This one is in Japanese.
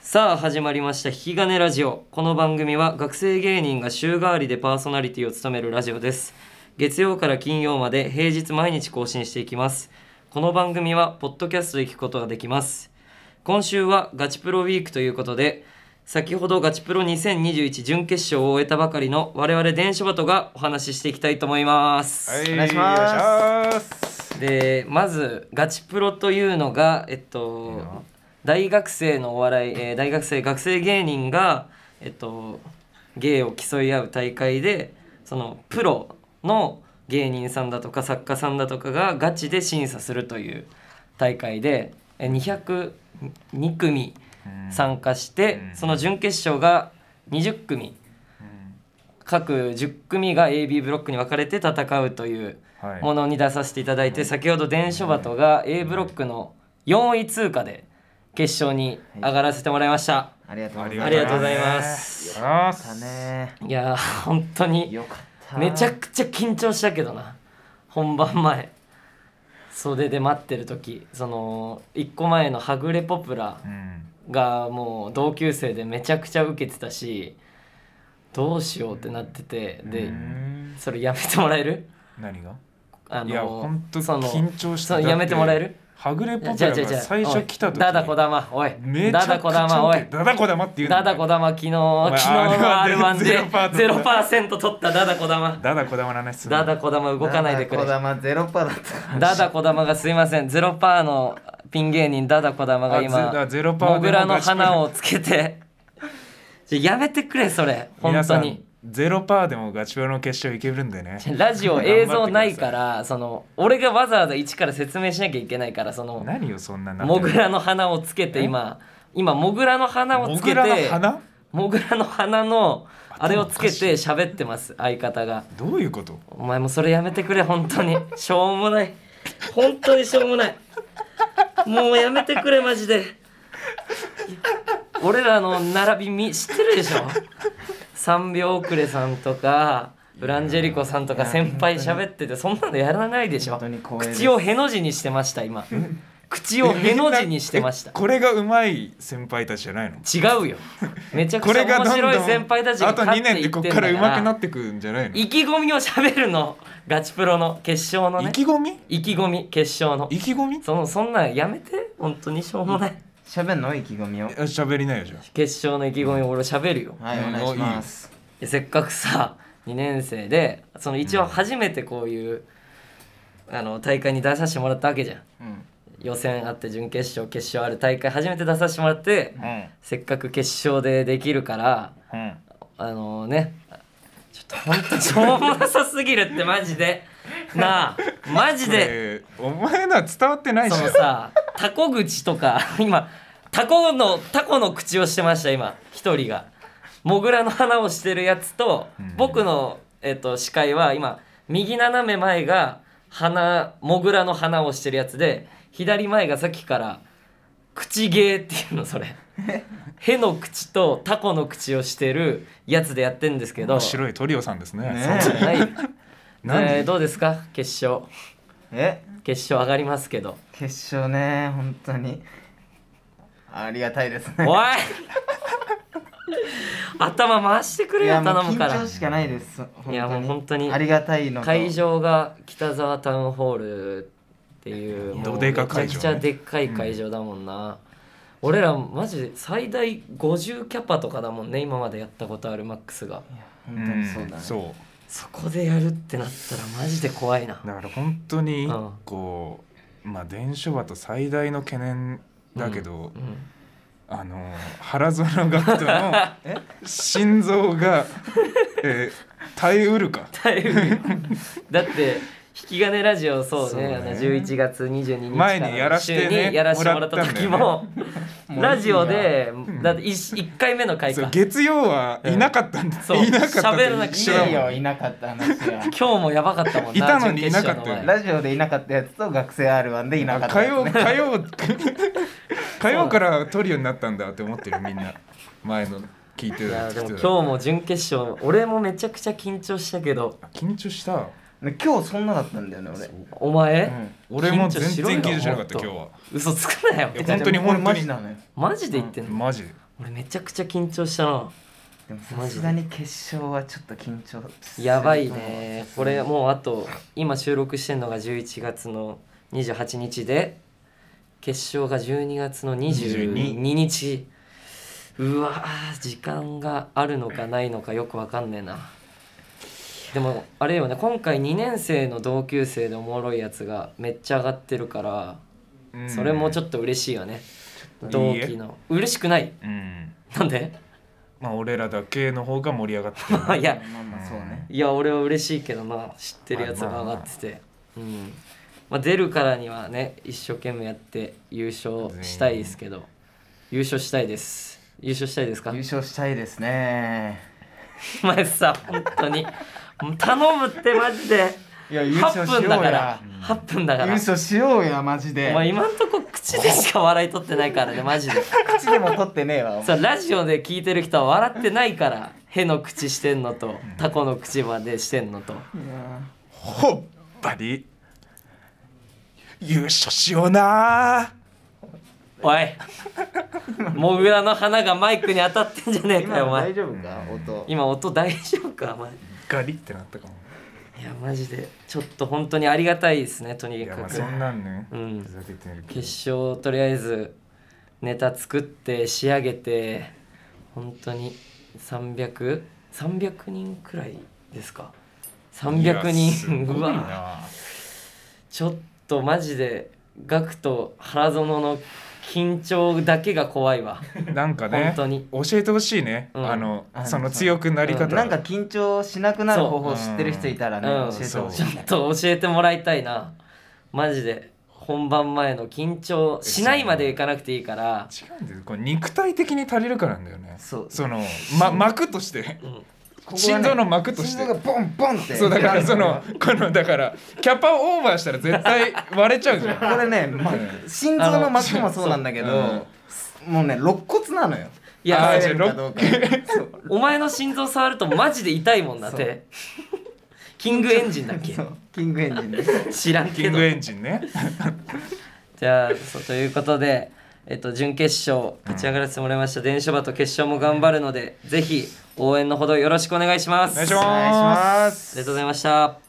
さあ始まりました「引き金ラジオ」この番組は学生芸人が週替わりでパーソナリティを務めるラジオです月曜から金曜まで平日毎日更新していきますこの番組はポッドキャストで聞くことができます今週はガチプロウィークということで先ほどガチプロ2021準決勝を終えたばかりの我々電書バトがお話ししていきたいと思います、はい、お願いしますお願いしますでまずガチプロというのがえっと大学生のお笑い、えー大学生学生芸人がえっと芸を競い合う大会でそのプロの芸人さんだとか作家さんだとかがガチで審査するという大会でえー202組参加してうんその準決勝が20組各10組が AB ブロックに分かれて戦うというはいものに出させていただいて、先ほど伝書バトが A ブロックの4位通過で決勝に上がらせてもらいました、ありがとうございます。ありがとうございますありがとうございまよかったすね。いやー本当によかった。めちゃくちゃ緊張したけどな本番前袖で待ってる時その1個前のはぐれポプラうんがもう同級生でめちゃくちゃ受けてたしどうしようってなっててでうんそれやめてもらえる何があのいや本当その緊張してそのやめてもらえるはぐれいポやプじゃラあじゃあじゃがあ最初来た時おいダダこだまおいめちダゃくちゃダこだまおウケいダダこだまっていうダダこだま昨日昨日の r 1 R1 でで0%取ったダダこだまダダこだまの話するダダこだま動かないでくれだまゼロパーだった。ダダこだまがすいません0%のピン芸人ダダこだまがあゼあ今ゼロパーでモもグラの花をつけて ちょやめてくれそれ本皆当さんにゼロパーでもガチプロの決勝いけるんでねラジオ映像ないからその俺がわざわざ一から説明しなきゃいけないからその何よそんななモグラの花をつけて今今モグラの花をモつけグてラの花モグラの花のあれをつけて喋ってます相方がどういうことお前もそれやめてくれ本当にしょうもない本当にしょうもないもうやめてくれマジで俺らの並びみ知ってるでしょ3秒遅れさんとかブランジェリコさんとか先輩喋っててそんなのやらないでしょ本当に光栄です口をへの字にしてました今口をへの字にしてましたえこれがうまい先輩たちじゃないの違うよめちゃくこちゃれが面どんどん白い先輩たちがあと勝っ2て年いでってこんっだかから上手くならってくんじゃないの意気込みを喋るのガチプロの決勝のね意気込み意気込み決勝の意気込みそのそんなんやめて本当にしょうもない喋んの意気込みを。あ喋りなよじゃ決勝の意気込み俺喋るよはい、おうん願いします。でせっかくさ2年生でその一応初めてこういう、あの大会に出させてもらったわけじゃんうん。予選あって準決勝決勝ある大会初めて出させてもらって、あせっかく決勝でできるからうんうんあのねちょっと本当にしょうもなさすぎるってマジでなあマジででお前のは伝わってないしそのさタコ口とか今タコのタコの口をしてました今一人がモグラの花をしてるやつと、ん僕の、えっと視界は今右斜め前が花モグラの花をしてるやつで左前がさっきから口芸っていうのそれへの口とタコの口をしてるやつでやってんですけど面白いトリオさんですねねそうじゃないなんでえーどうですか決勝え、決勝上がりますけど決勝ね、本当に。ありがたいですね。おい頭回してくれよもう頼むか緊ら張しかないです。本当にいやもう本当にありがたいのと。会場が北沢タウンホールっていうもうどめでちゃかく会場ねちゃでっかい会場だもんな、俺らマジで最大50キャパとかだもんね今までやったことあるマックスがいや本う当んにそうだね。そそこでやるってなったらマジで怖いなうだから本当にうんこうまあ伝書バと最大の懸念だけど、うんあの原園学徒 の心臓が、えー耐えうるかだいぶだって引き金ラジオそうねそうねあの11月22日前にやらしてね週にやらしてもらった時もらもねラジオでだって 1, 回目の回そうか月曜はいなかったんです、うんそういなかったと喋らなくて。一緒だもんいいよ、いなかった話は今日もやばかったもんないたのに準決勝いなかったよ前ラジオでいなかったやつと学生 R1 でいなかった火や曜つ、ね。火曜 火曜からトリオになったんだって思ってるみんな前の聞いていたやで人も今たち日も準決勝俺もめちゃくちゃ緊張したけどあ緊張した今日そんなだったんだよね、俺。お前、うん俺も全然緊張しなかっ緊た張しろ今日よは嘘つくなよいや本当に本俺当にマジなのよ。マジで言ってんの、マジで俺めちゃくちゃ緊張したなでもマジさですがに決勝はちょっと緊張するやばいねこれもうあと今収録してるのが11月の28日で決勝が12月の22日うわー時間があるのかないのかよくわかんねえなでもあれよね今回2年生の同級生でおもろいやつがめっちゃ上がってるからうんそれもちょっと嬉しいよねょっと同いいえ期の嬉しくないうんなんで まあ俺らだけの方が盛り上がってるいやまあまあそうねいや俺は嬉しいけどまあ知ってるやつが上がっててうんまあ出るからにはね一生懸命やって優勝したいですけど優勝したいです優勝したいですか優勝したいですねお前さ本当にもう頼むってマジでいや優8勝し分ようだからや8分だか優ら勝しようやマジおで前今んとこ口でしか笑い取ってないからねマジで口でも取ってねえわお前さラジオで聞いてる人は笑ってないからへの口してんのとタコの口までしてんのといやほっぱり優勝しようなおいモグラの花がマイクに当たってんじゃねえか今よのお前大丈夫か音今音大丈夫かお前ガリってなったかもいやマジでちょっと本当にありがたいですねといにやかまあくそんなんね、うんふざけてるけど決勝とりあえずネタ作って仕上げて本当に300300人くらいですか300いやすごい人うわなちょっとマジでガクと原園の緊張だけが怖いわなんかね本当に教えてほしいね、うんあのあその強くなり方、うんなんか緊張しなくなる方そ法う知ってる人いたらねうん教えてほしちょいっと教えてもらいたいなマジで本番前の緊張しないまでいかなくていいから、違うんですよこれ肉体的に足りるからなんだよねそうの、ま、膜としてうん、ここがね心臓の膜として心臓がボンボンってそうだからそ のこのだからキャパをオーバーしたら絶対割れちゃう じゃんこれね、まう、心臓の膜もそうなんだけあのど、もうね肋骨なのよいやあー合わせるかじゃあどうかそうお前の心臓触るとマジで痛いもんなそう手キングエンジンだっけそうキングエンジンで知らんキけンどグエンジンねじゃあそうということで、えっと、準決勝勝ち上がらせてもらいました、電書バと決勝も頑張るのでぜひ応援のほどよろしくお願いしますお願いしおます願いしますありがとうございました